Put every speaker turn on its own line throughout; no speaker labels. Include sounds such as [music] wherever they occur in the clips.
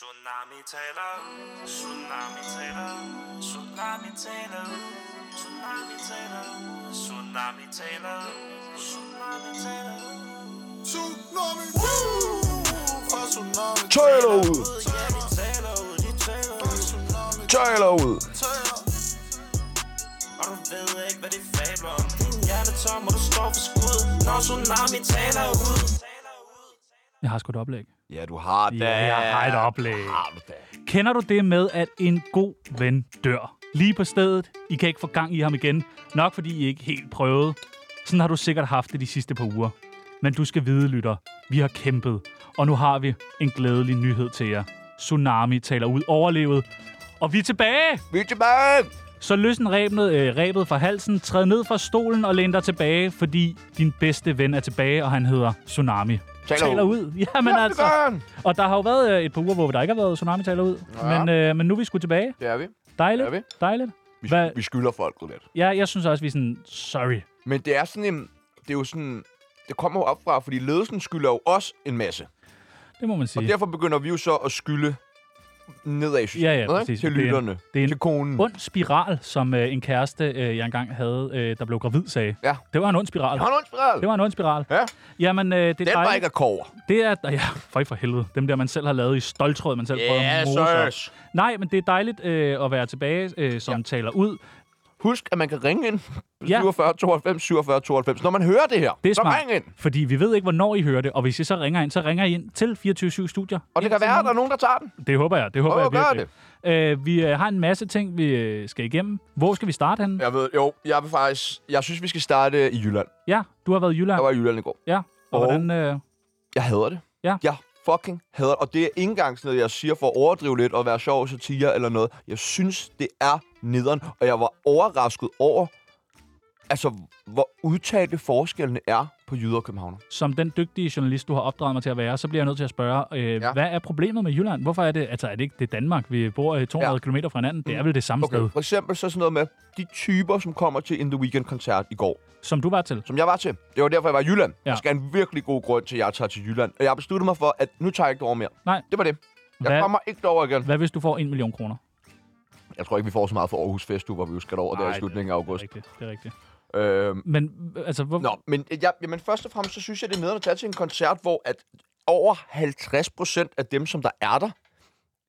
Tsunami taler, tsunami taler, tsunami taler, tsunami taler, tsunami taler, tsunami taler. Tsunami, woo! Fra tsunami
Tøjler ud.
Ja, de taler ud, de taler ud, tsunami
Tøjler ud.
taler. Og du ved ikke, hvad de fabler om. Din hjerne er tom, og du står for skud, når tsunami taler ud.
Jeg har sgu et oplæg.
Ja, du har det.
Ja, jeg har et oplæg.
Har du det.
Kender du det med, at en god ven dør? Lige på stedet. I kan ikke få gang i ham igen. Nok fordi I ikke helt prøvede. Sådan har du sikkert haft det de sidste par uger. Men du skal vide, lytter. Vi har kæmpet. Og nu har vi en glædelig nyhed til jer. Tsunami taler ud overlevet. Og vi er tilbage!
Vi er tilbage.
Så løsn rebet, øh, rebet fra halsen, træd ned fra stolen og læn dig tilbage, fordi din bedste ven er tilbage, og han hedder Tsunami.
Taler
taler
ud.
ud. Jamen
Ja, det
altså.
gør han.
Og der har jo været øh, et par uger, hvor der ikke har været Tsunami taler ud.
Ja.
Men, øh, men nu er vi sgu tilbage.
Det er vi.
Dejligt.
Er vi?
Dejligt.
Vi,
Hvad-
vi skylder folket lidt.
Ja, jeg synes også, vi er sådan, sorry.
Men det er sådan en... Det er jo sådan... Det kommer jo op fra, fordi ledelsen skylder jo os en masse.
Det må man
Og
sige.
derfor begynder vi jo så at skylde nedad i systemet,
Ja, ja,
ikke?
præcis.
til
Det er en-
lytterne,
det er en
til konen.
Ond spiral, som øh, en kæreste, øh, jeg engang havde, øh, der blev gravid, sagde.
Ja.
Det var en ond spiral.
Har du en spiral?
Det var en ond spiral.
Ja,
Jamen, øh, det er
den var
dejligt.
ikke af kover.
Det er... Ja, for ikke for helvede. Dem der, man selv har lavet i stoltråd, man selv prøver at mose.
sirs.
Nej, men det er dejligt øh, at være tilbage, øh, som
Ja.
ja. taler ud.
Husk, at man kan ringe ind på
Ja.
47 92 47 92. Når man hører det her,
Det er
så
smart.
ring ind.
Fordi vi ved ikke, hvornår I hører det, og hvis I så ringer ind, så ringer I ind til 24 Studier.
Og det kan være, at der er nogen, der tager den.
Det håber jeg. Det håber
Prøv
jeg
at gøre
virkelig. Øh, vi øh, har en masse ting, vi øh, skal igennem. Hvor skal vi starte henne?
Jeg ved, jo, jeg vil faktisk... Jeg synes, vi skal starte i Jylland.
Ja, du har været i Jylland.
Jeg var i Jylland i går.
Ja, og
Og-
hvordan... Øh,
Jeg hader det.
Ja.
Jeg fucking hader det. Og det er ikke engang sådan noget, jeg siger for at overdrive lidt og være sjov og satire eller noget. Jeg synes, det er nederen. Og jeg var overrasket over, altså, hvor udtalte forskellene er på jyder og københavner.
som den dygtige journalist, du har opdraget mig til at være, så bliver jeg nødt til at spørge, øh,
Ja.
ja. hvad er problemet med Jylland? Hvorfor er det, altså er det ikke det er Danmark, vi bor øh, 200
Ja. Mm.
ja. km fra hinanden? Det er vel det samme okay. sted,
For eksempel så sådan noget med de typer, som kommer til In The Weekend-koncert i går.
som du var til.
som jeg var til. Det var derfor, jeg var i Jylland. Ja.
Ja.
Der skal en virkelig god grund til, at jeg tager til Jylland. Og jeg har besluttet mig for, at nu tager jeg ikke over mere.
Nej.
Det var det. Jeg
Hvad-
kommer ikke derover igen.
Hvad hvis du får en million kroner?
Jeg tror ikke, vi får så meget for Aarhus Festu, hvor vi jo skal over der i
Nej,
slutningen af august.
Det er rigtigt, det er rigtigt.
Øhm,
Men øh, altså, hvor,
nå, men, jeg, jamen, først og fremmest, så synes jeg, det er nederen at tage til en koncert, hvor at over 50 procent af dem, som der er der,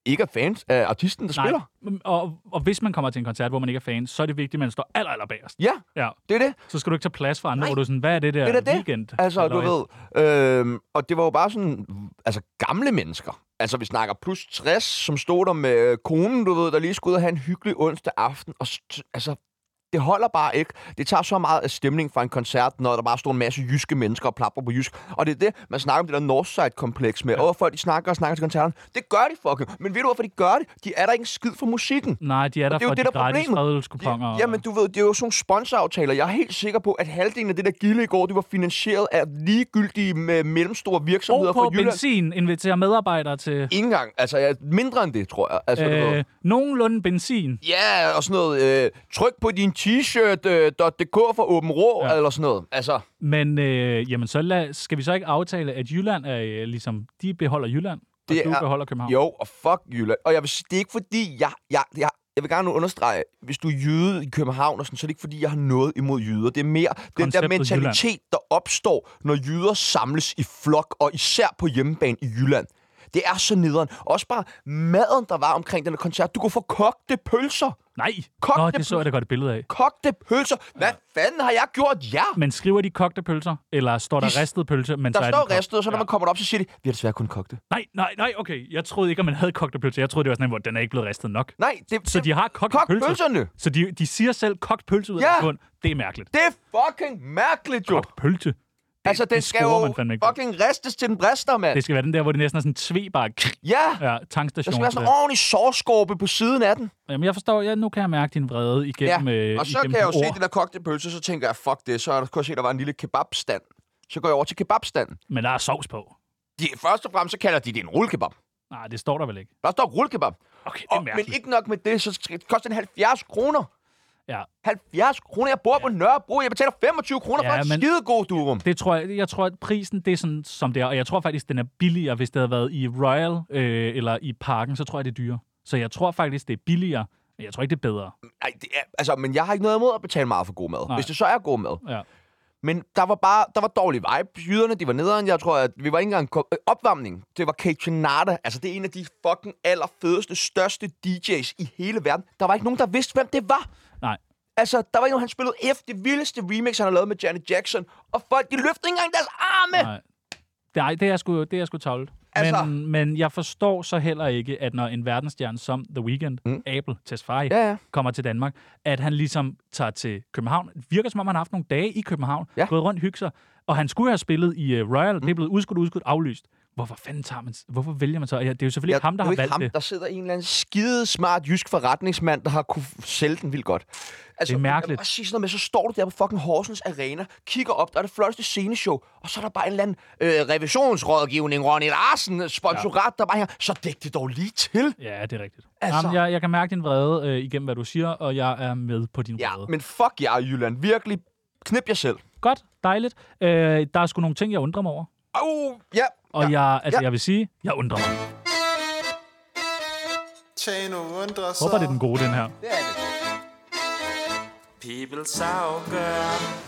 ikke er fans af artisten, der
nej. Mm,
spiller.
Og, og hvis man kommer til en koncert, hvor man ikke er fan, så er det vigtigt, at man står aller, aller bagerst.
Ja,
Ja.
det er det.
Så skal du ikke tage plads fra andre,
Nej.
hvor du er sådan, hvad er det der
Det er da det.
weekend?
Altså, du
halløj?
ved. Øhm, og det var jo bare sådan, altså gamle mennesker. Altså, vi snakker plus 60, som stod der med øh, konen, du ved, der lige skulle ud og have en hyggelig onsdag aften. Og st- altså, det holder bare ikke. Det tager så meget af stemning fra en koncert, når der bare står en masse jyske mennesker og plapper på jysk. Og det er det, man snakker om det der Northside-kompleks med. Ja. Og folk, de snakker og snakker til koncerten. Det gør de fucking. Men ved du, hvorfor de gør det? De er der ikke en skid for musikken.
Nej, de er der
det er
for
jo det,
de
der er
gratis
problemet.
fredelskuponger. og-
Jamen, du ved, det er jo sådan nogle sponsoraftaler. Jeg er helt sikker på, at halvdelen af det der gilde i går, det var finansieret af ligegyldige med mellemstore virksomheder fra
OK
Jylland.
benzin inviterer medarbejdere til
Ingen gang. Altså, ja, mindre end det, tror jeg. Altså, øh... du ved.
øh, nogenlunde benzin.
Ja, og sådan noget. Øh, tryk på din t-shirt.dk øh, for Åben Rå, ja.
Ja.
eller sådan noget. Altså,
Men øh, jamen, så lad, skal vi så ikke aftale, at Jylland er øh, ligesom, de beholder Jylland,
Det
og du
er-
beholder København?
jo, og fuck Jylland. Og jeg vil, sige, det er ikke fordi, jeg, jeg, jeg, jeg vil gerne understrege, hvis du er jøde i København, og sådan, så er det ikke fordi, jeg har noget imod jøder. Det er mere den der
Konceptet
mentalitet,
Jylland.
der opstår, når jøder samles i flok, og især på hjemmebane i Jylland. Det er så nederen. Også bare maden, der var omkring den her koncert. Du kunne få kogte pølser.
Nej,
Kogte
Nå, det så jeg da godt et billede af.
Kogte pølser. Hvad ja. fanden har jeg gjort jer? Ja.
Men skriver de kogte pølser, eller står der
De-
ristede pølser? Men så
Der
er den
står
kogt?
ristet, og så når
Ja.
man kommer op, så siger de, vi har desværre kun kogte.
Nej, nej, nej, okay. Jeg troede ikke, at man havde kogte pølser. Jeg troede, det var sådan en, hvor den er ikke blevet ristet nok.
Nej, det,
Så
det-
de har kogt
kogt
pølser.
pølserne.
Så de, de siger selv kogt pølse ud af
Ja.
deres mund. Det er mærkeligt.
Det er fucking mærkeligt, jo.
Kogt pølse.
altså, den
det
skal
scorer
jo
man fandme ikke på.
fucking ristes til den brister, mand.
Det skal være den der, hvor det næsten er sådan en svebar.
Ja,
Ja,
der
tankstation.
skal være sådan en ordentlig sårskorpe på siden af den.
Jamen, jeg forstår. Ja, nu kan jeg mærke din vrede igennem øh,
og så
igennem
kan jeg jo
dit
se
ord.
den der kogte pølse, så tænker jeg, fuck det, så er der- kunne jeg se, der var en lille kebabstand. Så går jeg over til kebabstanden.
Men der er sovs på.
De, først og fremmest, så kalder de det en rullekebab.
Nej, det står der vel ikke.
Der står rullekebab.
Okay, det er
Og, men
mærkeligt.
ikke nok med det, så skal det koste en 70 kroner.
Ja.
70 kroner. Jeg bor på Nørrebro. Jeg betaler 25 kroner
Ja,
for en
men-
skidegod durum.
Det tror jeg, jeg tror, at prisen det er sådan, som det er. Og jeg tror faktisk, den er billigere, hvis det havde været i Royal øh, eller i Parken, så tror jeg, det er dyrere. Så jeg tror faktisk, det er billigere, men jeg tror ikke, det er bedre.
Nej, det er, altså, men jeg har ikke noget imod at betale meget for god mad.
Nej.
Nej. Hvis det så er god mad.
Ja.
Men der var bare der var dårlig vibe. Jyderne, de var nederen. Jeg tror, at vi var ikke engang... Kom... Øh, Opvarmning, det var Cationata. Altså, det er en af de fucking allerfedeste, største DJ's i hele verden. Der var ikke nogen, der vidste, hvem det var.
Nej.
Altså, der var ikke nogen, han spillede F, det vildeste remix, han har lavet med Janet Jackson. Og folk, de løftede ikke engang deres arme.
Nej. Nej, det er sgu, det er sgu tavlet. Altså...
Altså-
Men, men jeg forstår så heller ikke, at når en verdensstjerne som The Weeknd, mm. Abel, Tesfaye,
Ja, ja.
kommer til Danmark, at han ligesom tager til København. Det virker som om, han har haft nogle dage i København, ja.
Ja.
gået rundt hygge sig, og han skulle have spillet i uh, Royal, mm. det er blevet udskudt, udskudt, aflyst. Hvorfor fanden tager man, s- hvorfor vælger man så? Ja, det er jo selvfølgelig ja, ham, der
det
har
er jo
valgt
ikke ham,
det.
der sidder en eller anden skide smart jysk forretningsmand, der har kunne f- sælge den vildt godt. Altså,
Det er mærkeligt.
Jeg vil også sige sådan noget med, så står du der på fucking Horsens Arena, kigger op, der er det flotteste sceneshow, og så er der bare en eller anden øh, revisionsrådgivning, Ronny Larsen, øh, sponsorat, ja. der bare her, så dæk det dog lige til.
Ja, det er rigtigt. Altså...
Altså-
Jamen, jeg, jeg kan mærke din vrede øh, igennem, hvad du siger, og jeg er med på din
Ja,
vrede.
men fuck jer, Jylland. Virkelig, knip jer selv.
Godt, dejligt. Øh, der er sgu nogle ting, jeg undrer mig over.
Oh, ja.
Og ja. jeg, altså, ja.
Ja.
jeg vil sige, jeg undrer mig. Jeg
Tjano undrer sig.
håber, det er den gode, den her.
People's afgør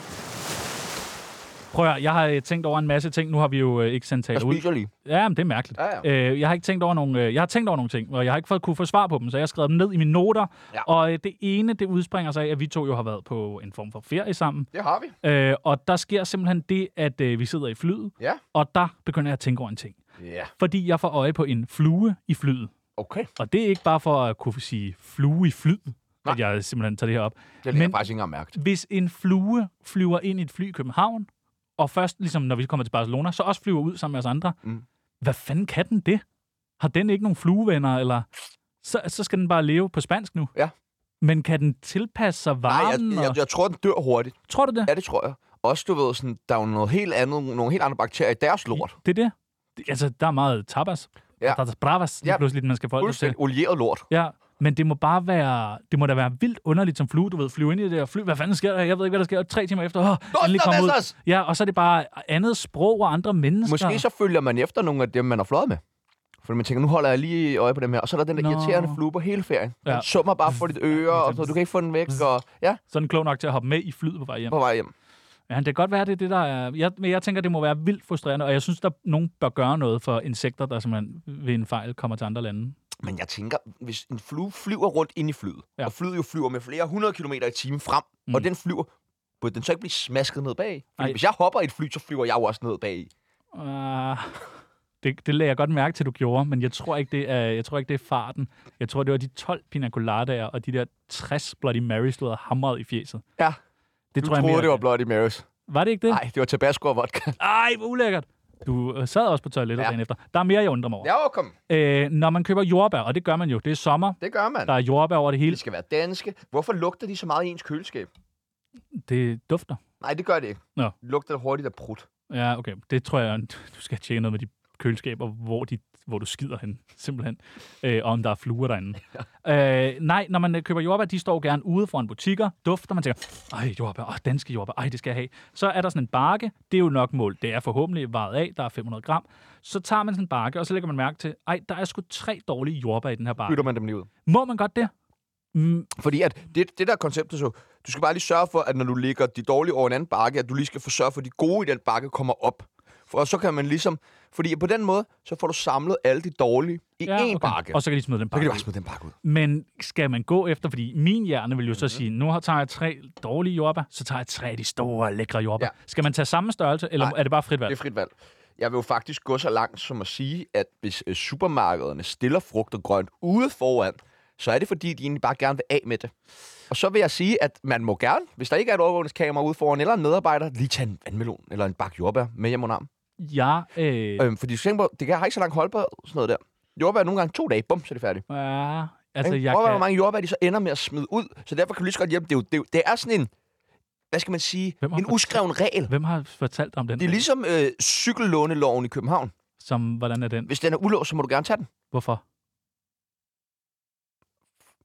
Prøv at, høre, jeg har øh, tænkt over en masse ting. Nu har vi jo øh, ikke sendt
Jeg
taler ud.
spiser lige.
Ja, men det er mærkeligt.
Ja,
Øh, jeg har ikke tænkt over nogle, øh, jeg har tænkt over nogle ting, og jeg har ikke fået kunne få svar på dem, så jeg har skrevet dem ned i mine noter.
Ja.
Og øh, det ene, det udspringer sig af, at vi to jo har været på en form for ferie sammen.
Det har vi.
Øh, og der sker simpelthen det, at øh, vi sidder i flyet,
Ja.
og der begynder jeg at tænke over en ting.
Ja.
Fordi jeg får øje på en flue i flyet.
Okay.
Og det er ikke bare for at kunne sige flue i flyet, Nej. at jeg simpelthen tager det her op.
Det har jeg
Men-
faktisk ikke engang mærket.
Hvis en flue flyver ind i et fly i København, og først, ligesom når vi kommer til Barcelona, så også flyver ud sammen med os andre, mm.
Mm.
hvad fanden kan den det? Har den ikke nogen fluevenner, eller så, så skal den bare leve på spansk nu?
Ja.
Men kan den tilpasse sig
Nej,
varmen?
jeg, jeg,
og...
jeg tror, den dør hurtigt.
Tror du det?
Ja, det tror jeg. Også, du ved, sådan, der er jo noget helt andet, nogle helt andre bakterier i deres lort.
Det er det. det. Altså, der er meget tapas.
Ja.
Der er bravas, ja.
Ja.
pludselig, man skal forholde sig til.
Fuldstændig olieret lort.
Ja, men det må bare være, det må da være vildt underligt som flue, du ved, flyve ind i det der fly, hvad fanden sker der, jeg ved ikke, hvad der sker, og tre timer efter, åh, endelig kom ud.
Vestas!
Ja, og så er det bare andet sprog og andre mennesker.
Måske så følger man efter nogle af dem, man har fløjet med. Fordi man tænker, nu holder jeg lige øje på dem her. Og så er der den der
Nå.
irriterende flue på hele ferien.
Ja.
Ja. Den summer bare for dit øre, og så, du kan ikke få den væk. Og, ja,
så er den klog nok til at hoppe med i flyet på vej hjem.
på vej hjem.
Ja, det kan godt være, det er det, der er... Jeg, men jeg tænker, det må være vildt frustrerende, og jeg synes, der nogen bør gøre noget for insekter, der simpelthen ved en fejl kommer til andre lande.
Men jeg tænker, hvis en flue flyver rundt ind i flyet,
Ja.
ja. og flyet jo flyver med flere hundrede kilometer i timen frem, mm. og den flyver, burde den så ikke blive smasket ned bag?
Nej.
Fordi hvis jeg hopper i et fly, så flyver jeg jo også ned bag.
Uh, det, det lagde jeg godt mærke til, du gjorde, men jeg tror ikke, det er, jeg tror ikke, det er farten. Jeg tror, det var de 12 pina coladaer og de der 60 Bloody Marys, du havde hamret i fjeset.
Ja,
Det
du
tror jeg
troede,
mere,
det var Bloody Marys.
Var det ikke det?
Nej, det var tabasco og vodka.
Ej, hvor ulækkert. Du øh, sad også på toilettet ja.
Ja.
dagen efter. Der er mere, jeg undrer mig over.
Ja, jo, kom.
Ja. Øh, når man køber jordbær, og det gør man jo, det er sommer,
Det gør man.
der er jordbær over det hele.
De skal være danske. Hvorfor lugter de så meget i ens køleskab?
Det dufter.
Nej, det gør det ikke.
Nå.
Det Lugter hurtigt af prut.
Ja, okay. Det tror jeg, du skal tjekke noget med de køleskaber, hvor, de, hvor du skider hen, simpelthen. Øh, og om der er fluer derinde. Ja. Øh, nej, når man øh, køber jordbær, de står gerne ude foran butikker, dufter, man tænker, ej, jordbær, åh, danske jordbær, ej, det skal jeg have. Så er der sådan en bakke, det er jo nok mål, det er forhåbentlig varet af, der er 500 gram. Så tager man sådan en bakke, og så lægger man mærke til, ej, der er sgu tre dårlige jordbær i den her bakke.
Bytter man dem lige ud.
Må man godt det? Mm,
Fordi at det, det der koncept er så, du skal bare lige sørge for, at når du ligger de dårlige over en anden bakke, at du lige skal få sørge for, at de gode i den bakke kommer op. For, og så kan man ligesom... Fordi på den måde, så får du samlet alle de dårlige i én bakke.
Og så kan de smide den
så kan
bakke.
du bare smide den bakke ud.
Men skal man gå efter, fordi min hjerne vil jo
Mhm.
så sige, nu har- tager jeg tre dårlige jordbær, så tager jeg tre af de store, lækre jordbær. Ja.
Ja.
Skal man tage samme størrelse, eller Nej.
Nej.
er det bare frit valg?
Det er frit valg. Jeg vil jo faktisk gå så langt som at sige, at hvis øh, supermarkederne stiller frugt og grønt ude foran, så er det fordi, de egentlig bare gerne vil af med det. Og så vil jeg sige, at man må gerne, hvis der ikke er et overvågningskamera ude foran, eller en medarbejder, lige tage en vandmelon eller en bakke jordbær med hjem under armen.
Jeg, øh,
Øhm, fordi du tænker på, det kan- har ikke så lang holdbar, sådan noget der. Jordbær er nogle gange to dage, bum, så er det færdigt.
øh, altså,
Ikke?
jeg
Prøv at høre,
kan,
hvor mange jordbær de så ender med at smide ud. Så derfor kan du lige så godt hjælpe. Det er, jo, det, er jo, det er sådan en, hvad skal man sige,
Hvem har
en
fortalt-
uskreven regel.
hvem har fortalt dig om den?
Det er ligesom øh, cykellåneloven i København.
Som, hvordan er den?
Hvis den er ulåst, så må du gerne tage den.
Hvorfor?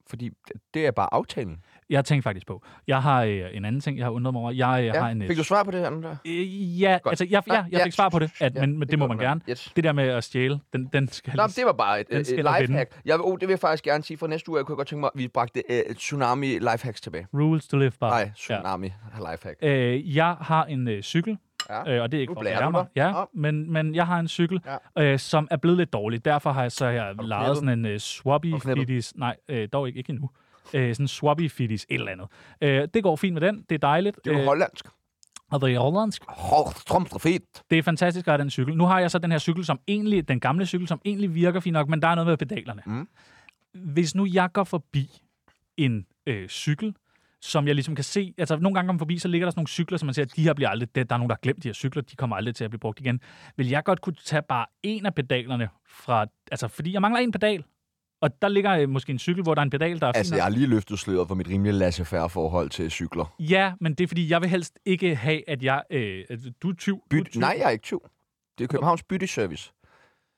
Fordi det er bare aftalen.
Jeg tænkte faktisk på. Jeg har øh, en anden ting, jeg har undret mig over. Jeg øh, har en... øh,
Fik du svar på det andet der?
Øh, ja,
Godt.
altså, jeg,
Nej,
ja, jeg
ja,
fik svar på det, at,
ja,
men, men det, må
går
man
nok.
gerne.
Yes.
Det der med at stjæle, den, den skal...
Nå, men det var bare et,
Den
et
skal der vinde.
lifehack. Jeg, vil- oh, det vil jeg faktisk gerne sige, for næste uge jeg kunne jeg godt tænke mig, at vi bragte øh, tsunami lifehacks tilbage.
Rules to live by.
Nej, tsunami lifehack.
Ah, Øh, jeg har en øh, cykel,
Ja.
øh, og det er ikke
Nu
for at
blærer
være
du
mig.
dig.
Ja,
Nå.
men, men jeg har en cykel, ja. øh, som er blevet lidt dårlig. Derfor har jeg så her
du
lejet
knippet?
sådan en øh,
Har
swappy
du knippet?
fitties. Nej, øh, dog ikke, ikke endnu. Øh, sådan en swappy fitties, et eller andet. Øh, det går fint med den, det er dejligt. Øh,
Det er jo hollandsk.
og det er hollandsk.
Hårdstrømstrafet.
Det er fantastisk at have den cykel. Nu har jeg så den her cykel, som egentlig, den gamle cykel, som egentlig virker fint nok, men der er noget med pedalerne.
Mm.
Hvis nu jeg går forbi en øh, cykel, som jeg ligesom kan se, altså nogle gange kommer forbi, så ligger der sådan nogle cykler, som man ser, at de her bliver aldrig, der der er nogen, der har glemt de her cykler, de kommer aldrig til at blive brugt igen. Vil jeg godt kunne tage bare en af pedalerne fra, altså fordi jeg mangler en pedal, og der ligger øh, måske en cykel, hvor der er en pedal, der er
Altså,
fin nok.
jeg har lige løftet sløret for mit rimelig laissez-faire forhold til cykler.
Ja, men det er fordi, jeg vil helst ikke have, at jeg, øh, at du er tyv. du er
Byt,
tyv.
nej, jeg er ikke tyv. Det er Københavns Bytteservice.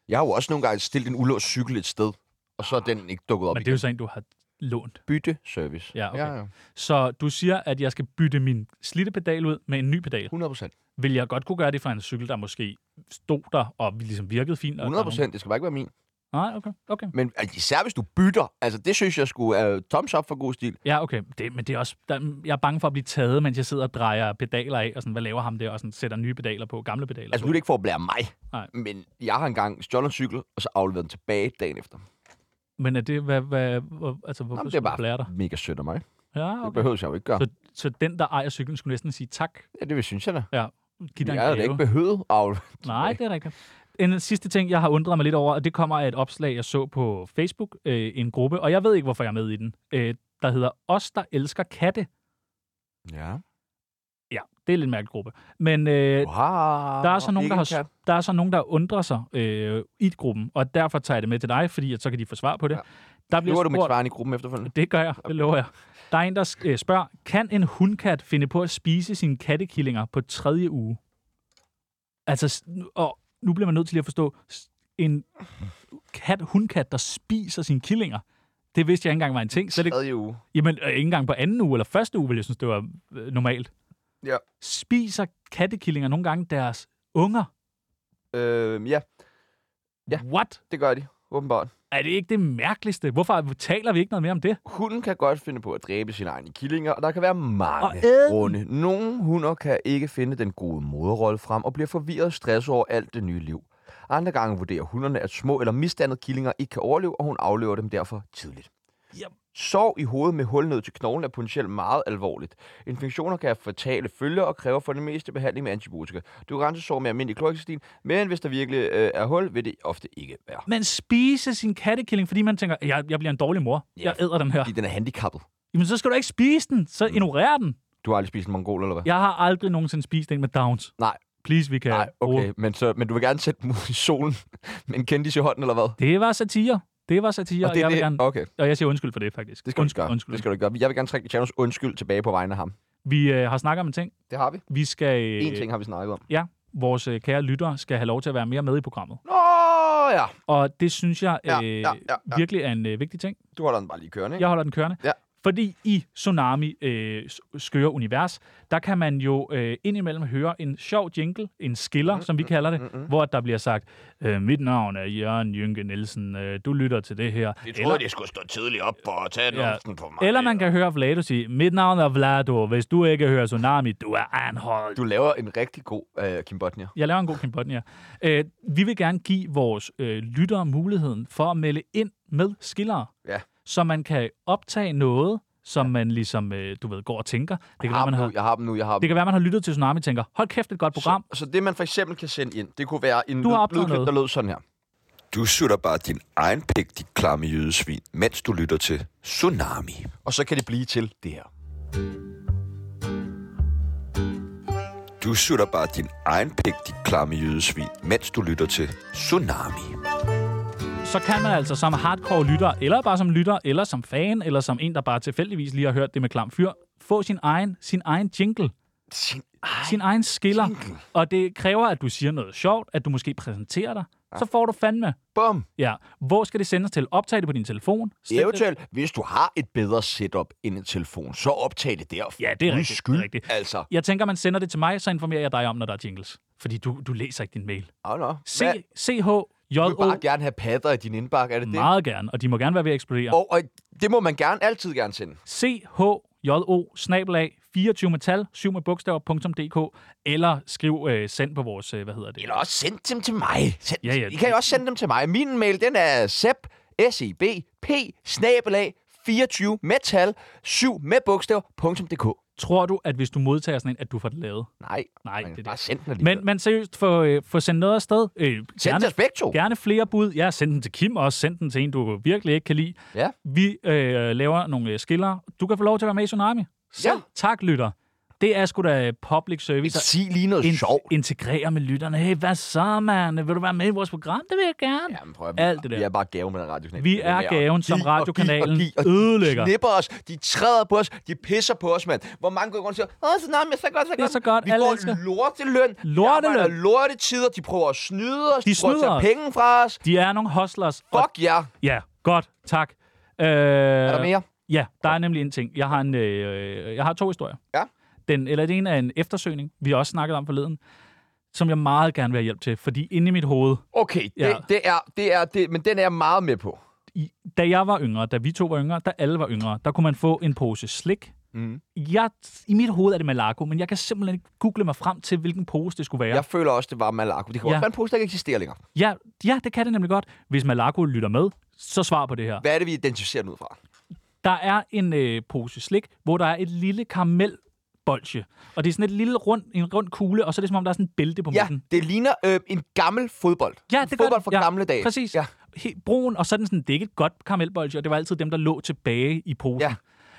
Jeg har jo også nogle gange stillet en ulåst cykel et sted, og så er den ikke dukket op
Men det er jo sådan en, du har lånt.
Bytteservice.
Ja, okay.
ja, ja.
Så du siger, at jeg skal bytte min slidte pedal ud med en ny pedal.
100 procent.
Vil jeg godt kunne gøre det fra en cykel, der måske stod der og ligesom virkede fint? og der er
100
nogen-
procent. Det skal bare ikke være min.
Nej, okay. okay.
Men altså, især hvis du bytter. Altså, det synes jeg skulle er thumbs up for god stil.
Ja, okay. Det, men det er også, der, jeg er bange for at blive taget, mens jeg sidder og drejer pedaler af, og sådan, hvad laver ham der, og sådan, sætter nye pedaler på, gamle pedaler
Altså, nu
på.
er det ikke for at blære mig.
Nej.
Men jeg har engang stjålet en cykel, og så afleveret den tilbage dagen efter.
Men er det, hvad, hvad, hvor, altså, hvorfor
Nå, men
Jamen,
det er
skulle du blære dig?
bare mega sødt af mig.
Ja,
Det
okay.
behøver jeg jo ikke gøre.
Så, så den, der ejer cyklen, skulle næsten sige tak.
Ja, det vil synes jeg da.
Ja, giv dig en
Jeg havde da
gave.
ikke behøvet at aflevere den
Nej,
tilbage.
det er rigtigt. En sidste ting, jeg har undret mig lidt over, og det kommer af et opslag, jeg så på Facebook, øh, en gruppe, og jeg ved ikke, hvorfor jeg er med i den, øh, der hedder Os, der elsker katte.
Ja.
Ja, det er en lidt mærkelig gruppe. Men øh,
Wow,
der, er så nogen, der,
ikke en
har, der er så nogen, der undrer sig øh, i gruppen, og derfor tager jeg det med til dig, fordi at så kan de få svar på det.
Ja.
Der
kat. Nu er du
spurgt,
mit svar i gruppen efterfølgende.
Det gør jeg, det lover jeg. Der er en, der sk- øh, spørger, kan en hundkat finde på at spise sine kattekillinger på tredje uge? Altså, s- nu- og nu bliver man nødt til lige at forstå, s- en kat, hundkat, der spiser sine killinger, det vidste jeg ikke engang var en ting. Slet ikke,
Tredje uge.
jamen, øh, ikke engang på anden uge eller første uge, ville jeg synes, det var øh, normalt.
Ja.
Spiser kattekillinger nogle gange deres unger?
Øh, ja, Ja.
What?
det gør de. Åbenbart.
Er det ikke det mærkeligste? Hvorfor taler vi ikke noget mere om det?
Hunden kan godt finde på at dræbe sine egne killinger, og der kan være
Og
mange
æde dem.
grunde. Nogle hunder kan ikke finde den gode moderrolle frem og bliver forvirret og stresset over alt det nye liv. Andre gange vurderer hunderne, at små eller misdannede killinger ikke kan overleve, og hun aflever dem derfor tidligt.
Jamen.
Sov i hovedet med hulnød til knoglen er potentielt meget alvorligt. Infektioner kan have fatale følger og kræver for det meste behandling med antibiotika. Du kan rense sår med almindelig klorhexidin, men hvis der virkelig øh, er hul, vil det ofte ikke være.
Man spiser sin kattekilling, fordi man tænker, jeg, jeg bliver en dårlig mor.
Ja.
Jeg æder den her.
Fordi den er handicappet.
Jamen, så skal du ikke spise den.
Mm.
Så ignorer den.
Du har aldrig spist en mongol, eller hvad?
Jeg har aldrig nogensinde spist en med Downs.
Nej.
Please, vi kan
Nej, okay,
bruge-
men, så, men du vil gerne sætte dem ud i solen med en kendis i hånden, eller hvad?
Det var satire. Det var satire, og,
er
jeg vil gerne...
Okay,
Og jeg siger undskyld for det, faktisk.
det skal
undskyld,
du ikke gøre.
Undskyld.
Det skal du ikke gøre. Jeg vil gerne trække Tjernos undskyld tilbage på vegne af ham.
Vi øh, har snakket om en ting.
Det har vi.
Vi skal... Øh,
En ting har vi snakket om.
Ja, vores øh, kære lyttere skal have lov til at være mere med i programmet.
Nå ja,
Og det synes jeg øh,
Ja, ja, ja, ja.
virkelig er en øh, vigtig ting.
du holder den bare lige kørende, ikke?
Jeg holder den kørende.
Ja.
Fordi i Tsunami øh, s- skøre univers, der kan man jo øh, indimellem høre en sjov jingle, en skiller, mm, som vi kalder det, mm, mm. hvor der bliver sagt, øh, mit navn er Jørgen Jynke Nielsen, øh, du lytter til det her.
Jeg
Eller-
troede, det skulle stå tidligt op for at tage
Ja.
numsen på mig.
Eller man kan høre Vlado sige, mit navn er Vlado, hvis du ikke hører Tsunami, du er anholdt.
Du laver en rigtig god øh, Kim Botnia.
Jeg laver en god Kim Bodnia. Øh, vi vil gerne give vores øh, lyttere muligheden for at melde ind med skillere.
Ja.
Så man kan optage noget, som ja. man ligesom, øh, du ved, går og tænker. Det kan, være,
har
man
dem
har,
nu, jeg har dem nu, jeg har dem.
det kan være, man har lyttet til Tsunami og tænker, hold kæft, et godt program.
Så, så det, man for eksempel kan sende ind, det kunne være en
Du har
lyd-
optaget
lydklip,
noget.
der lød sådan her.
Du sutter bare din egen pik, de klamme jydesvin, mens du lytter til Tsunami.
Og så kan det blive til det her.
Du sutter bare din egen pik, de klamme jydesvin, mens du lytter til Tsunami.
Så kan man altså som hardcore lytter, eller bare som lytter, eller som fan, eller som en, der bare tilfældigvis lige har hørt det med klam fyr, få sin egen, sin egen jingle.
Sin Ah,
sin egen skiller. Og det kræver, at du siger noget sjovt, at du måske præsenterer dig, så får du fandme.
Bum.
Ja. Hvor skal det sendes til? Optag det på din telefon. Slet det-
Eventuelt, hvis du har et bedre setup end en telefon, så optag det derfra.
Ja, det er
Guds
rigtigt, det er
Skyld.
rigtigt.
Altså,
Jeg tænker, man sender det til mig, så informerer jeg dig om, når der er jingles. Fordi du, du læser ikke din mail.
oh no.
C,
Hvad?
CH, J,
Du vil
O,
bare gerne have padder i din indbakke, er det det?
meget gerne, og de må gerne være ved at eksplodere.
Og, og det må man gerne, altid gerne sende.
CHJO, snabelag, 24 metal, 7 med bogstaver, punktum .dk, eller skriv øh, send på vores, øh, hvad hedder det?
Eller også send dem til mig. Send,
Ja, ja.
I kan jo også sende dem til mig. Min mail, den er sep, s -E b p snabelag, 24 metal, 7 med bogstav, punktum .dk.
Tror du, at hvis du modtager sådan en, at du får det lavet?
Nej,
Nej,
man
det er
kan bare
det.
send den alligevel.
Men, men seriøst, få, øh, få sendt noget afsted. Øh,
Send
gerne,
til os begge to.
gerne flere bud. Ja, send den til Kim også. Send den til en, du virkelig ikke kan lide.
Ja.
Vi øh, laver nogle øh, skiller. Du kan få lov til at være med i Tsunami. Selv
Ja.
tak, lytter. Det er sgu da public service. at
Sig lige noget
in-
sjovt.
integrere med lytterne. Hey, hvad så, mand? Vil du være med i vores program? Det vil jeg gerne.
Jamen, prøv at,
Alt det der.
Vi er bare gave med den radiokanal.
Vi
Det
er
der.
gaven, som
Giv og
radiokanalen
giv og giv, og de
ødelægger.
snipper os, de træder på os, de pisser på os, mand. Hvor mange går rundt og siger, åh, så nej, men så godt, så godt.
Det er så godt,
Vi
alle
får
elsker.
lorteløn.
Lorteløn.
Vi arbejder lortetider, de prøver at snyde os.
De
prøver at
snyder
tage
os.
penge fra os.
De er nogle hustlers. og-
Fuck jer.
Ja, godt. Tak. Øh,
Er der mere?
Ja, der er nemlig en ting. Jeg har, en, øh, jeg har to historier.
Ja.
Den, eller den ene er en eftersøgning, vi også snakkede om forleden, som jeg meget gerne vil have hjælp til, fordi inde i mit hoved,
Okay, det,
Ja.
det, er, det er det, men den er jeg meget med på.
i, da jeg var yngre, da vi to var yngre, da alle var yngre, der kunne man få en pose slik.
Mm.
Jeg, I mit hoved er det Malaco, men jeg kan simpelthen ikke google mig frem til, hvilken pose det skulle være.
Jeg føler også, det var Malaco. Det kan
Ja.
ja. også være en pose, der ikke eksisterer længere.
Ja, ja, det kan det nemlig godt. Hvis Malaco lytter med, så svar på det her.
Hvad er det, vi identificerer den ud fra?
Der er en øh, pose slik, hvor der er et lille karamelbolsje. Og det er sådan et lille rund, en rund kugle, og så er det som om, der er sådan en bælte på
Ja,
midten.
det ligner øh, en gammel fodbold.
Mhm. Ja,
En
det gør
fodbold
det.
fra
Ja,
gamle dage.
præcis.
Ja.
Helt brun, og sådan sådan, det er ikke et godt karamelbolsje, og det var altid dem, der lå tilbage i posen.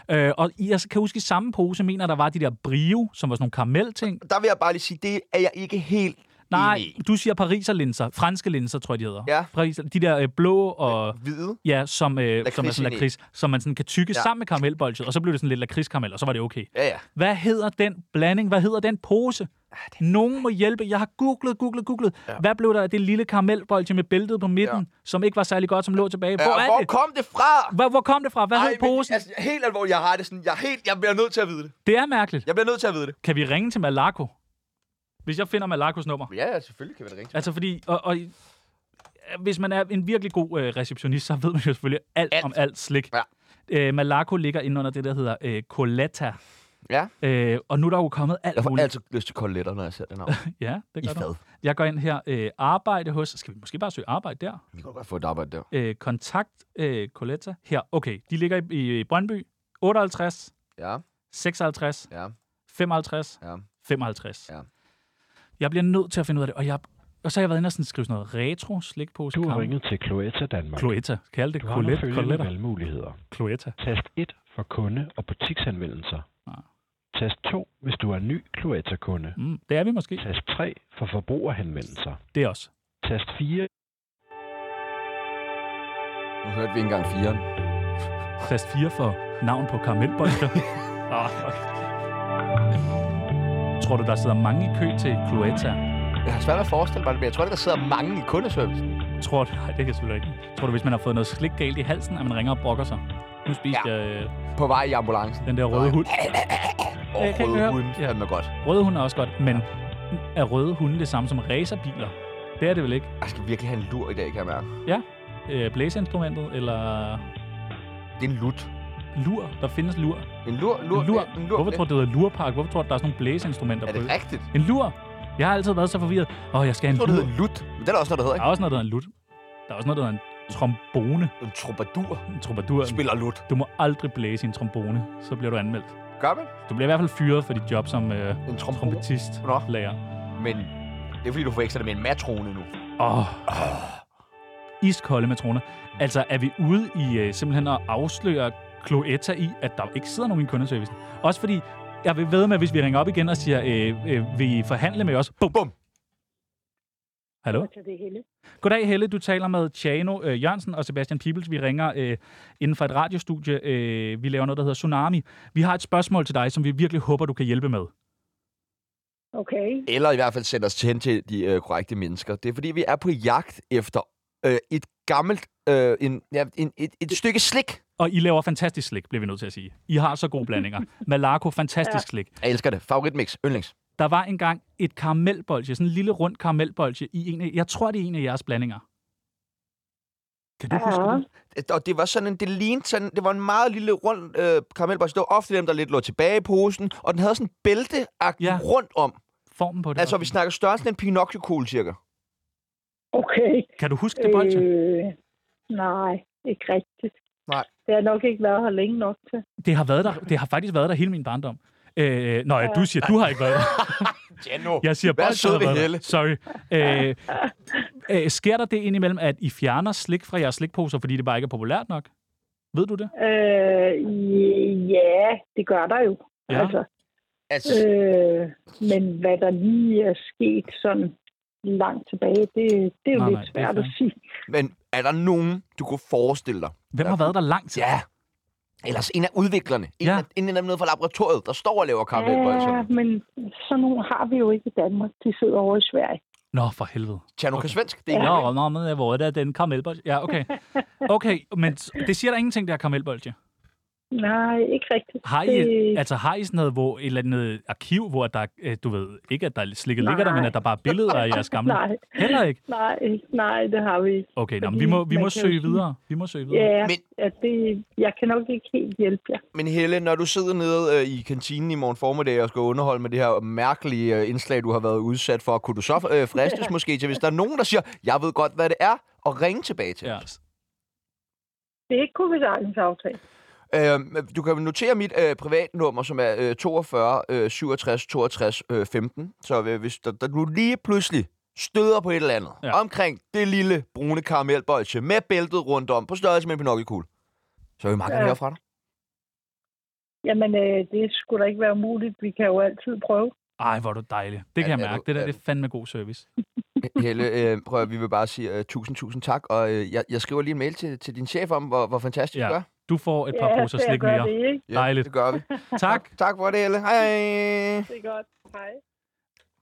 Ja. Øh, og i- jeg kan huske, i samme pose mener, jeg, der var de der brio, som var sådan nogle karamelting.
Der vil jeg bare lige sige, det er jeg ikke helt
Nej,
enig i.
du siger pariserlinser. Franske linser, tror jeg, de hedder.
Ja.
Pariser, de der øh, blå og...
Hvide.
Ja, som, øh, som er sådan
Lakridsinde i.
lakrids, som man sådan kan tykke ja.
Ja.
sammen med karamelbolsjet, og så blev det sådan lidt lakridskaramel, og så var det okay.
Ja, ja.
Hvad hedder den blanding? Hvad hedder den pose?
Ah,
Nogen må hjælpe. Jeg har googlet, googlet, googlet. Ja. Hvad blev der af det lille karamelbolde med bæltet på midten, ja.
Ja.
som ikke var særlig godt, som lå tilbage? Hvor
Ja,
er
hvor
det?
kom det fra?
Hvor, hvor kom det fra? Hvad hed
men,
posen?
altså, helt alvorligt, jeg har det sådan, jeg, er helt, jeg bliver nødt til at vide det.
Det er mærkeligt.
Jeg bliver nødt til at vide det.
Kan vi ringe til Malaco? Hvis jeg finder Malacos nummer.
Ja, ja, selvfølgelig kan vi da ringe
Altså fordi... Og, og, hvis man er en virkelig god øh, receptionist, så ved man jo selvfølgelig alt, alt.
Alt.
om alt slik.
Ja.
Øh, Malaco ligger inde under det, der hedder øh, Coletta.
Ja.
Øh, og nu er der jo kommet alt
Jeg får
muligt.
altid lyst til koletter, når jeg ser
[laughs]
den her.
Ja, det
I
gør du.
fad.
Jeg går ind her. Øh, arbejde hos... Skal vi måske bare søge arbejde der?
Vi kan godt få et arbejde der.
Øh, kontakt øh, Coletta. Her. Okay, de ligger i, i Brøndby. 58,
Ja,
56,
ja,
55,
ja.
55.
Ja.
Jeg bliver nødt til at finde ud af det. Og, jeg, og så har jeg været inde og sådan skrive sådan noget retro slikpose.
Du har
kammer.
ringet til Cloetta Danmark.
Cloetta. Kald det
Du har nu
Colette,
følgende
Coletta.
valgmuligheder.
Cloetta.
Tast 1 for kunde- og butiksanvendelser.
Nej.
Tast 2, hvis du er ny Cloetta-kunde.
Mm, det er vi måske.
Tast 3 for forbrugerhenvendelser.
Det er os.
Tast 4
Nu hørte vi ikke engang firen.
Tast 4 for navn på
[laughs]
karamelbolger. oh, fuck. Tror du, der sidder mange i kø til Cloetta?
Jeg har svært ved at forestille mig det, men jeg tror, der sidder mange i kundeservice.
Tror du, nej, det kan jeg selvfølgelig ikke. Tror du, hvis man har fået noget slik galt i halsen, at man ringer og brokker sig? Nu spiser ja.
Ja.
jeg øh,
På vej i ambulancen.
den der røde hund.
Og
Jeg kan ikke høre.
røde huden.
Ja.
Ja. godt.
Røde hunde er også godt, men er røde hunde det samme som racerbiler? Det er det vel ikke?
Jeg skal virkelig have en lur i dag, kan jeg mærke.
Ja. Øh, blæseinstrumentet eller
Det er en lut.
lur? Der findes lur.
En lur, lur,
en lur.
En lur.
Hvorfor tror du, det hedder lurpark? Hvorfor tror du, der er sådan nogle blæseinstrumenter
Er det
på?
rigtigt?
En lur? Jeg har altid været så forvirret. Åh, jeg skal
Jeg
have
tror, det
en lur.
hedder lut. Men det er der også noget, der hedder,
Der er også noget, der hedder en lut. Der er også noget, der hedder en trombone.
ikke? En troubadour
En troubadour.
spiller lut.
Du må aldrig blæse i en trombone, så bliver du anmeldt.
Gør man?
Du bliver i hvert fald fyret for dit job som øh,
En trombone.
trompetist,
Nå.
lærer.
Men det er fordi, du forveksler det med en matrone nu.
Åh. Oh. Iskolde matroner. Altså, er vi ude i øh, simpelthen at afsløre Cloetta i, at der ikke sidder nogen i kundeservicen? Også fordi, jeg vil ved med, hvis vi ringer op igen og siger, øh, øh, vil I forhandle med os? Bum, bum. Hallo?
Så det er Helle.
Goddag Helle, du taler med Tjano øh, Jørgensen og Sebastian Pibels. Vi ringer øh, inden for et radiostudie. Øh, vi laver noget, der hedder Tsunami. Vi har et spørgsmål til dig, som vi virkelig håber, du kan hjælpe med.
Okay.
eller i hvert fald sende os hen til de øh, korrekte mennesker. Det er fordi, vi er på jagt efter øh, et gammelt, øh, en, ja, en, et, et stykke slik.
Og I laver fantastisk slik, bliver vi nødt til at sige. I har så gode [laughs] blandinger. Malaco, fantastisk ja. slik.
Jeg elsker det. Favoritmix. Yndlings.
Der var engang et karamelbolje, sådan en lille rund karamelbolje, i en af, jeg tror, det er en af jeres blandinger. Kan du ja. huske det?
Og det var sådan en, det lignede sådan, det var en meget lille rund øh, karamelboks. Det var ofte dem, der lidt lå tilbage i posen, og den havde sådan en bælte ja.
Ja.
rundt om.
Formen på det?
Altså,
var
vi
sådan-
snakker størrelsen af en pinocchio cirka.
Okay.
Kan du huske det bolje?
Øh, nej, ikke rigtigt.
Nej.
Det har nok ikke været her længe nok til.
Det har, været der, det har faktisk været der hele min barndom. Øh, nå, ja, du siger, du har ikke været der.
Geno.
Jeg siger,
Vær sød
bolsjer har
ved
været der.
Helle.
Sorry. Øh, øh, sker der det indimellem, at I fjerner slik fra jeres slikposer, fordi det bare ikke er populært nok? Ved du det?
Øh, ja, det gør der jo.
Ja.
Altså,
Altså,
øh, men hvad der lige er sket sådan langt tilbage, det, det er
Nej,
jo nej,
nej,
lidt
det er
svært
fair.
at sige.
men er der nogen, du kunne forestille dig?
Hvem har været der lang tid?
Ja. Ellers en af udviklerne. En,
Ja.
af, en af dem nede fra laboratoriet, der står og laver karamelbolser.
Ja, men sådan nogle har vi jo ikke i Danmark. De sidder over i Sverige.
Nå, for helvede.
Tjerno kan svensk. Det er ikke
Nå, nå, men jeg var der den karamelbolje. Ja, okay. Okay, men s- det siger der ingenting, der karamelbolje.
Nej, ikke rigtigt.
Har I,
det,
altså, har I sådan noget, hvor, et eller andet arkiv, hvor der, øh, du ved, ikke at der er slikket ligger der, men
Nej.
at der bare er billeder af jeres gamle?
Nej.
Heller ikke?
Nej, nej, det har vi ikke.
Okay, nå, men
Fordi
vi må, vi
man
må
kan jo
søge
sige-
videre. Vi må søge videre.
Ja,
Men-
men... ja det, jeg kan nok ikke helt hjælpe jer.
Men Helle, når du sidder nede øh, i kantinen i morgen formiddag og skal underholde med det her mærkelige øh, indslag, du har været udsat for, kunne du så øh, fristes måske til, hvis der er nogen, der siger, jeg ved godt, hvad det er, og ringe tilbage til
Ja.
os.
Det kunne vi sagtens aftale.
Øh, du kan jo notere mit øh, privatnummer, som er øh, 42 øh, 67 62 øh, 15. Så øh, hvis der, der, du lige pludselig støder på et eller andet ja.
Ja.
omkring det lille brune karamelbolse med bæltet rundt om på størrelse med en pinocchio så vil vi meget gerne
Ja.
høre fra dig.
Jamen, øh, det skulle da ikke være umuligt. Vi kan jo altid prøve.
Ej, hvor er du dejlig. Det kan
Er-
jeg
er du-
mærke. Det der
er
det er fandme god service.
Helle, øh, prøv at, vi vil bare sige øh, tusind, tusind tak, og øh, jeg, jeg skriver lige en mail til, til din chef om, hvor, hvor fantastisk
Ja,
du er.
Du får et par poser
så jeg
slik
gør
mere.
det, ikke?
dejligt.
det gør vi.
Tak.
Tak for det, Helle. Hej.
Det er godt. Hej.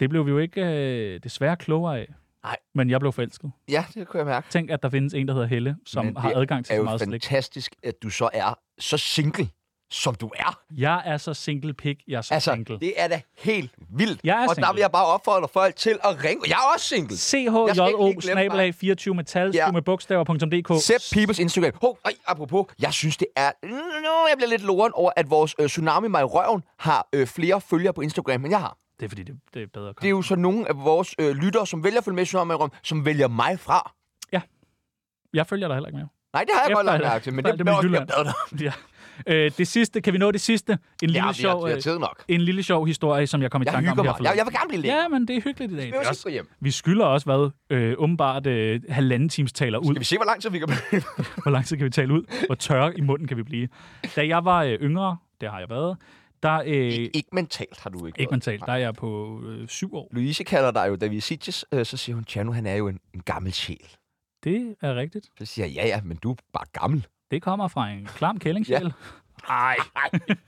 Det blev vi jo ikke øh, desværre klogere af.
Nej.
Men jeg blev forelsket.
Ja, det kunne jeg mærke.
Tænk, at der findes en, der hedder Helle, som
Men
har
det
adgang til
er
så
jo
meget slik.
fantastisk, at du så er så single, som du er.
Jeg er så single pig, jeg er så
Altså,
single.
det er da helt vildt.
Jeg er
og der
single.
vil jeg bare opfordre folk til at ringe. Jeg er også single. Jeg skal ikke
CHJO,
lige glemme
snabelag 24 metal,
Ja.
ja. med bogstaver.dk.
Sepp Peoples Instagram. Hov, ej, apropos, jeg synes, det er... Nå, jeg bliver lidt loren over, at vores øh, Tsunami Mig i Røven har øh, flere følgere på Instagram, end jeg har.
Det er fordi, det, det er bedre at
Det er
komme.
jo så nogle af vores øh, lyttere, som vælger at følge med i Tsunami Mig i Røven, som vælger mig fra.
Jeg følger dig heller ikke mere. [laughs]
Nej, det har jeg
Efter-
godt lagt mærke til, men
Nej,
det,
det er
det
med
også
Jylland.
bliver bedre.
Ja. Øh, det sidste, kan vi nå det sidste? En lille,
Ja, vi har,
sjov,
vi
øh,
har tid nok.
en lille sjov historie, som jeg kom i
Jeg
tanke om
hygger mig.
her
Jeg,
forleden.
jeg vil gerne blive længere.
Ja, men det er hyggeligt i dag.
Vi
Det
vil
er
også gå hjem.
Vi skylder også, hvad, øh, åbenbart øh, halvanden times taler ud.
Skal vi se, hvor lang tid vi kan blive?
Hvor lang tid kan vi tale ud? Hvor tørre i munden kan vi blive? Da jeg var øh, yngre, det har jeg været, der... Øh,
Ikke mentalt har du ikke været.
ikke mentalt, der er jeg på øh, syv år.
Louise kalder dig jo, da vi er sitges, øh, så siger hun, Tjerno, han er jo en, en gammel sjæl.
Det er rigtigt.
Så siger jeg, ja, ja, men du er bare gammel.
Det kommer fra en klam kællingsjæl.
Ja. Nej, nej. [laughs]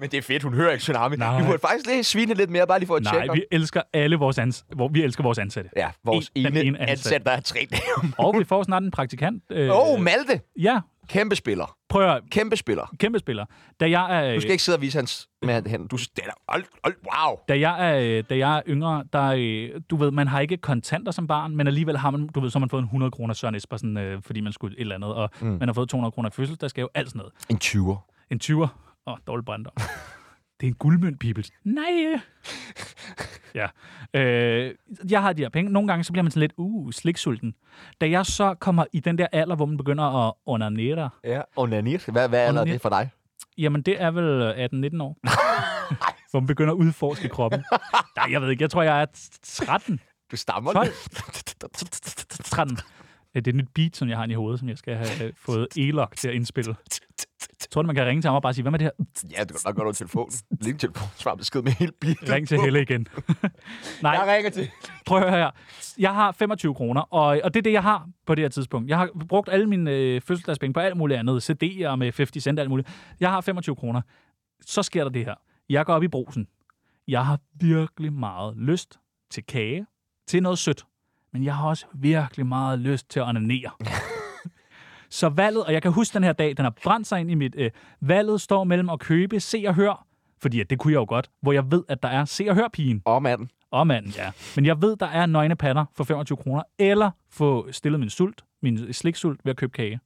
men det er fedt, hun hører ikke tsunami.
Nej.
Du burde faktisk lige svine lidt mere, bare lige for at
Nej,
tjekke
vi elsker alle vores, ans- hvor, vi elsker vores ansatte.
om- Ja, vores
En- den
ene,
ene
ene
ansat.
ansat, der er tre dage om.
Og vi får snart en praktikant. Øh,
Åh, oh, Malte!
Ja,
Kæmpe spiller.
prøv at
Kæmpe spiller.
kæmpe spiller. Da jeg er,
Du skal ikke sidde og vise hans med hænder. Du det er da- Hold, hold, wow.
da jeg er, øh, da jeg er yngre, der, øh, du ved, man har ikke kontanter som barn, men alligevel har man, du ved, så har man fået en 100 kroner Søren Espersen, øh, fordi man skulle et eller andet, og mm. man har fået 200 kroner i fødselsdagsgave, alt sådan noget.
En 20'er.
En 20'er. Åh, oh, dårlig brændom. det er en guldmønt, people. Nej! ja. Øh, jeg har de her penge. Nogle gange, så bliver man sådan lidt, uh, sliksulten. Da jeg så kommer i den der alder, hvor man begynder at onanere,
Ja, og Nanir. Hvad, hvad er
Onanir.
det for dig?
Jamen, det er vel 18-19 år. hvor man begynder at udforske kroppen. Nej, jeg ved ikke. Jeg tror, jeg er 13.
Du stammer.
12. 13. Øh, Det er et nyt beat, som jeg har inde i hovedet, som jeg skal have øh, fået Elok til at indspille. Tror du, man kan ringe til ham og bare sige, hvad med det her?
ja, det kan du nok godt over telefonen. Lige en telefon. Svar besked med hele bilen.
Ring til Helle igen. Nej,
Jeg ringer til.
Prøv at høre her. Jeg har 25 kroner, og, og det er det, jeg har på det her tidspunkt. Jeg har brugt alle mine øh, fødselsdagspenge på alt muligt andet. CD'er med 50 cent og alt muligt. Jeg har 25 kroner. Så sker der det her. Jeg går op i brosen. Jeg har virkelig meget lyst til kage, til noget sødt, men jeg har også virkelig meget lyst til at onanere. Så valget, og jeg kan huske den her dag, den har brændt sig ind i mit... Øh, valget står mellem at købe Se og Hør, fordi at det kunne jeg jo godt, hvor jeg ved, at der er Se og Hør-pigen.
Åh, manden.
Og manden, ja. Men jeg ved, der er nøgne patter for 25 kroner, eller få stillet min sult, min sliksult ved at købe kage.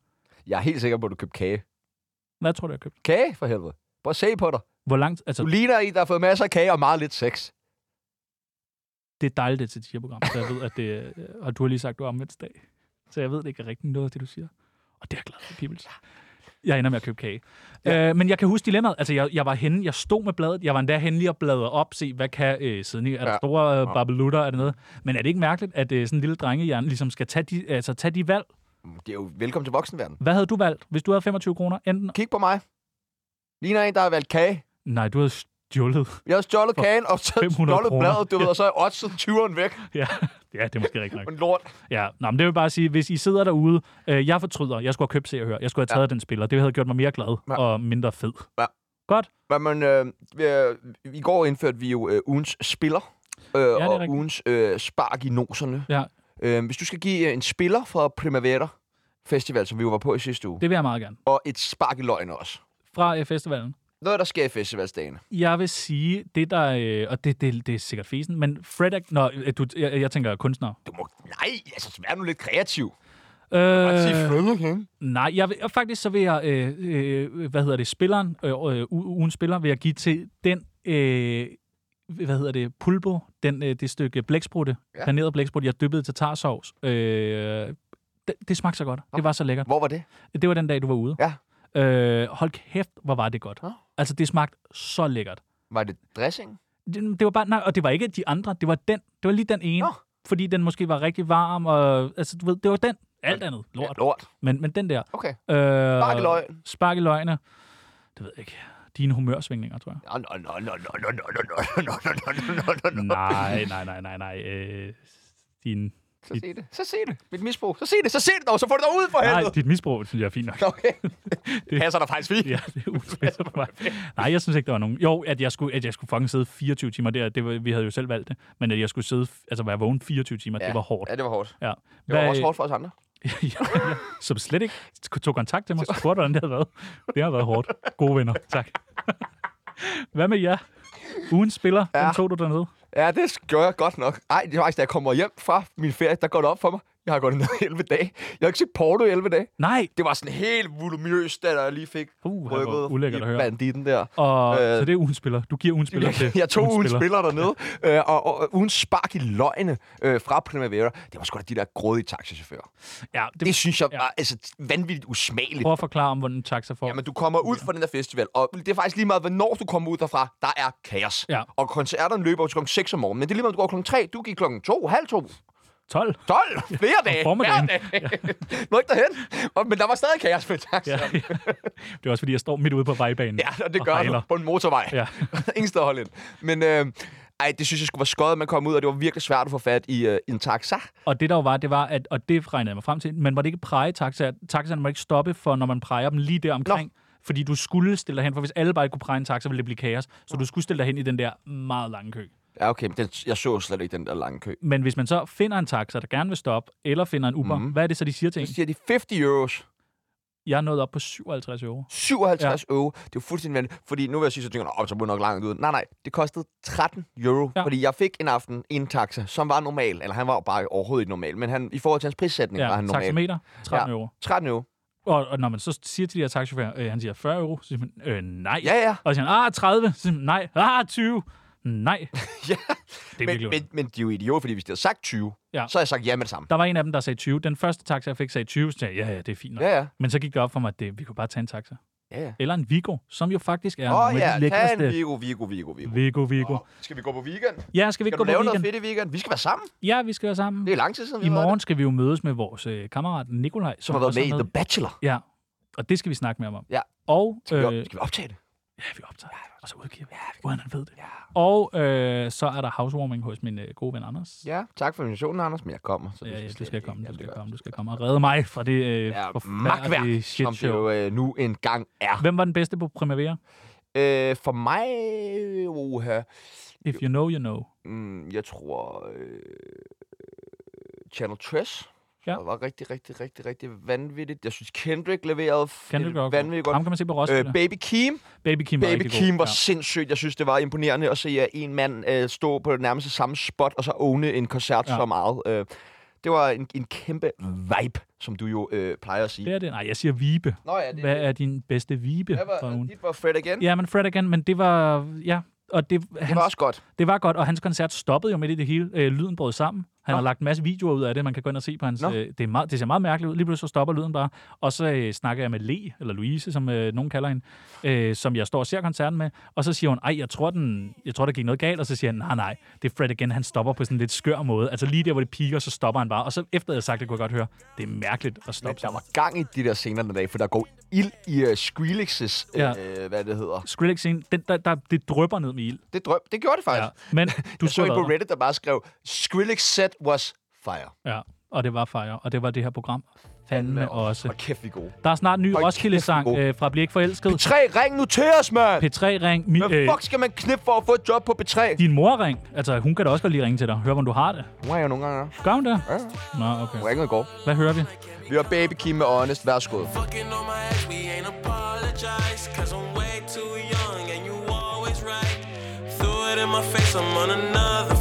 Jeg er helt sikker på, at du købte kage.
Hvad tror du, jeg købte?
Kage, for helvede. Prøv at se på dig.
Hvor langt? Altså,
Du ligner en, der har fået masser af kage og meget lidt sex.
det er dejligt, det er til et program, så jeg ved, at det... øh, Og du har lige sagt, du er omvendsdag. Så jeg ved, det ikke er rigtigt noget af det, du siger. Og det er jeg glad for, Pibels. Jeg ender med at købe kage. Ja. Øh, men jeg kan huske dilemmaet. Altså, jeg, jeg var henne, jeg stod med bladet. Jeg var endda henne lige og bladrede op, se, hvad kan øh, siden Er der
Ja.
store øh, babelutter? Er det noget? Men er det ikke mærkeligt, at øh, sådan en lille drengehjerne ligesom skal tage de, altså, tage de valg?
Det er jo velkommen til voksenverdenen.
Hvad havde du valgt, hvis du havde 25 kroner? Enten...
Kig på mig. Ligner en, der har valgt kage.
Nej, du havde [laughs] stjålet.
Jeg har stjålet
For
kagen og så
500
stjålet
kroner.
bladet, du ved, og så er oddset 20'eren væk.
ja. ja, det er måske rigtigt [laughs] nok.
Men lort.
Ja, nå, men det vil bare sige, hvis I sidder derude, øh, jeg fortryder, jeg skulle have købt Se og Hør, jeg skulle have taget ja. den spiller, det havde gjort mig mere glad ja.
Ja.
og mindre fed.
Ja.
Godt,
Men, men øh, øh, i går indførte vi jo øh, ugens spiller. Øh, ja, og
rigtigt.
ugens øh, spark i noserne.
Ja.
Øh, hvis du skal give øh, en spiller fra Primavera Festival, som vi jo var på i sidste uge,
det vil jeg meget gerne.
og et spark i løgn også.
Fra øh, festivalen.
Noget, der sker i festivalsdagene.
Jeg vil sige, det der, øh, og det, det, det er sikkert fesen, men Fred, nå, øh, du, jeg, jeg tænker kunstner.
Du må... Nej, altså, vær nu lidt kreativ.
Øh,
Øh...
nej, jeg vil, og faktisk så vil jeg, øh, øh, hvad hedder det, spilleren, øh, øh, u- ugens spiller, vil jeg give til den, øh, hvad hedder det, pulbo, den, øh, det stykke blæksprutte, ja.
Ja.
paneret blæksprutte, jeg dyppede til tarsovs. Øh, det, det smagte så godt. Det var så lækkert.
Hvor var det?
Det var den dag, du var ude.
Ja.
Øh, hold kæft, hvor var det godt.
Nå.
Altså, det smagte så lækkert.
Var det dressing?
Det, det var bare, nej, og det var ikke de andre, det var den. Det var lige den ene.
Nå.
Fordi den måske var rigtig varm, og altså, du ved, det var den. Alt andet, lort.
Ja, lort.
Men, men den der.
Okay.
Øh,
Spark i løgn.
Spark i løgne. Det ved jeg ikke. Dine humørsvingninger, tror jeg.
Nå, nå, nå, nå, nå, nå, nå, nå, nå, nå, nå, nå, nå, nå, nå, nå.
nej, nej, nej, nej, nej. Øh, din,
Så se det. Så se det. Mit misbrug. Så se det. Så se det dog. Så få det dog ud for
nej,
helvede.
dit misbrug, synes jeg er fint
[laughs]
nok. [laughs]
Okay. Det passer dig faktisk fint.
Ja, det er uspidser for mig. Nej, jeg synes ikke, der var nogen. Jo, at jeg skulle, at jeg skulle fucking sidde 24 timer der, det var, vi havde jo selv valgt det, men at jeg skulle sidde, altså være vågen 24 timer, ja. det var hårdt.
Ja, det var hårdt.
Ja.
Det var også hårdt for os andre.
[laughs] ja, ja, som slet ikke tog kontakt til mig, så spurgte, hvordan det havde været. Det har været hårdt. Gode venner, tak. Hvad med jer? Ugen spiller, ja.
Ja.
den tog du dernede.
Ja, det gør jeg godt nok. Ej, det er faktisk, da jeg kommer hjem fra min ferie, der går det op for mig. Jeg har gået ned i 11 dage. Jeg har ikke set porno i 11 dage.
Nej!
Det var sådan helt voluminøst, da jeg lige fik
Uh, det var
rykket
ulækkert
i
at høre.
banditten der.
Og, øh,
Øh,
så det er ugen spiller. Du giver ugen spiller til
Jeg tog ugen
ugens
spiller dernede, øh, og, og ugen spark i løgne øh, fra Primavera. Det var sgu da de der grådige taxichauffører.
Ja, det,
Det synes jeg
ja.
var altså, vanvittigt usmageligt.
prøv at forklare om, hvordan en taxa får.
Jamen, du kommer ud fra den der festival, og det er faktisk lige meget, hvornår du kommer ud derfra, der er kaos.
Ja.
Og koncerterne løber jo til klokken 6 om morgenen, men det er lige meget, om du går klokken 3, du gik klokken 2, halv 2,
12.
12, flere dage,
formiddagen.
hver dag. [laughs] Nå, ikke derhen. Og, men der var stadig kaos med taxa.
Ja,
Ja.
ja. [laughs] Det er også, fordi jeg står midt ude på vejbanen.
ja, og det gør
hejler.
du på en motorvej.
Ja.
[laughs] Ingen sted at holde ind. Men øh, ej, det synes jeg skulle være skøjet, at man kom ud, og det var virkelig svært at få fat i øh, en taxa.
Og det der jo var, det var, at, og det regnede jeg mig frem til, men var det ikke præge taxaer? Taxaerne må ikke stoppe, for når man præger dem lige der omkring, fordi du skulle stille dig hen, for hvis alle bare kunne præge en taxa, ville det blive kaos. Så du skulle stille dig hen i den der meget lange kø.
Ja, okay, men den, jeg så slet ikke den der lange kø.
Men hvis man så finder en taxa, der gerne vil stoppe, eller finder en Uber, mm. hvad er det så, de siger til en?
Så siger Mhm. de 50 euros,
Jeg er nået op på 57 euro.
57 ja. euro. Det er jo fuldstændig vanvittigt, fordi nu vil jeg sige, så tænker jeg, "Nå, så må jeg nok langt ud. Nej, nej, det kostede 13 euro,
Ja.
ja. fordi jeg fik en aften i en taxa, som var normal, eller han var jo bare overhovedet ikke normal, men han, i forhold til hans prissætning ja, var han
Ja,
normal.
taxameter, 13 ja. euro.
13 euro.
Og, og når man så siger til de her taxachauffører, øh, han siger 40 euro, så siger man, øh, nej.
Ja, ja.
Og så siger han, ah, 30, så siger man, nej, ah, 20, nej.
ja. [laughs] men,
virkelig
men,
underligt.
men de er jo idioter, fordi hvis de havde sagt 20,
Ja.
ja. så havde jeg sagt ja med det samme.
Der var en af dem, der sagde 20. Den første taxa, jeg fik, sagde 20. Så sagde jeg, ja, ja, det er fint nok.
Ja, ja.
Men så gik det op for mig, at det, vi kunne bare tage en taxa.
Ja, ja.
Eller en Vigo, som jo faktisk er
Åh oh,
nogle af de
ja, tag en
lækreste.
Vigo, Vigo, Vigo, Vigo.
Vigo, Vigo.
Åh, Skal vi gå på weekend? Skal
Ja, skal vi ikke
du
gå på
lave noget
weekend?
fedt i weekend? Vi skal være sammen.
Ja, vi skal være sammen.
Det er lang tid siden, vi
I
har været
morgen skal vi jo mødes med vores øh, kammerat Nikolaj.
det. Som har været
også
med i The Bachelor.
Ja, og det skal vi snakke mere om.
Ja.
Og, øh,
Skal, vi, op- skal vi optage det?
ja, vi optager det. Og så udgiver vi. Ja, Uden han ved det. Ja. Og øh, så er der housewarming hos min øh, gode ven Anders.
Ja, tak for invitationen, Anders, men jeg kommer. Så
Ja, ja, du
slet
skal
ikke-
komme, du
Jamen, det
skal
gør
komme, du skal komme og redde mig fra det øh,
jeg. Ja,
forfærdelige
magtværk, som det
shitshow.
jo øh, nu engang er.
Hvem var den bedste på Primavera?
Øh, for mig, uha,
If you know, you know.
mm, jeg tror øh, Channel Trash.
Ja.
Det var rigtig, rigtig, rigtig, rigtig vanvittigt. Jeg synes, Kendrick leverede f-
Kendrick
et
Rock.
vanvittigt godt.
Ham kan man se på Roskilde.
Øh, Baby Keem.
Baby Kim var
Baby
rigtig
Keem
god.
var
Ja.
sindssygt. Jeg synes, det var imponerende at se ja, en mand øh, stå på nærmest samme spot, og så åbne en koncert
Ja.
ja. så meget. Øh, det var en, en kæmpe vibe, som du jo øh, plejer at sige.
Det er det. Nej, jeg siger Vibe.
Nå ja, det,
Hvad er din bedste Vibe
det
fra
var,
ugen?
dit var Fred igen. Ja,
Ja, men Fred again, men det var... Ja, og det,
det
hans,
var også godt.
det var godt, og hans koncert stoppede jo midt i det hele. Øh, lyden brød sammen. Han
Nå.
har lagt en masse videoer ud af det, man kan gå ind og se på hans...
Nå.
Øh, det, er meget, det ser meget mærkeligt ud. Lige pludselig så stopper lyden bare. Og så øh, snakker jeg med Le, eller Louise, som øh, nogen kalder hende, øh, som jeg står og ser koncerten med. Og så siger hun, ej, jeg tror, den, jeg tror, der gik noget galt. Og så siger jeg, nej, nej, det er Fred again. Han stopper på sådan en lidt skør måde. Altså lige der, hvor det piker, så stopper han bare. Og så efter jeg havde sagt det, kunne jeg godt høre, det er mærkeligt at
Men
stoppe
der
sammen.
var gang i de der scener den dag, for der går ild i uh, Skrillex'
Ja.
øh, hvad det hedder.
Skrillex scene, den, der, der, det drøber ned med ild.
Det, drøb, det gjorde det
Ja.
faktisk.
Men
Du
du
[laughs] jeg så
skulle
en
have
på
været
Reddit, der bare skrev, Skrillex set was fire.
der. Ja, og det var Fire, og det var det her program. Fandme også.
Og kæft, vi er gode.
Der er snart en ny
Hold kæft,
Roskilde-sang
hvor god.
øh, fra Blik Forelsket.
P3, ring nu til os, mand!
P3-ring. Mi,
Hvad
øh,
fuck skal man knippe for at få et job på P3?
din mor-ring. Altså, hun kan da også godt lige ringe til dig. Hør, hvordan du har det.
Hun ringer jo nogle gange.
Gør hun det?
Ja,
Nå,
hun
okay.
ringer i går.
Hvad hører vi?
Vi har Baby Kim med Honest. Værsgo.
Fucking on my ass, we ain't apologize. Cause I'm way too young and you always right. Threw it in my face, I'm on another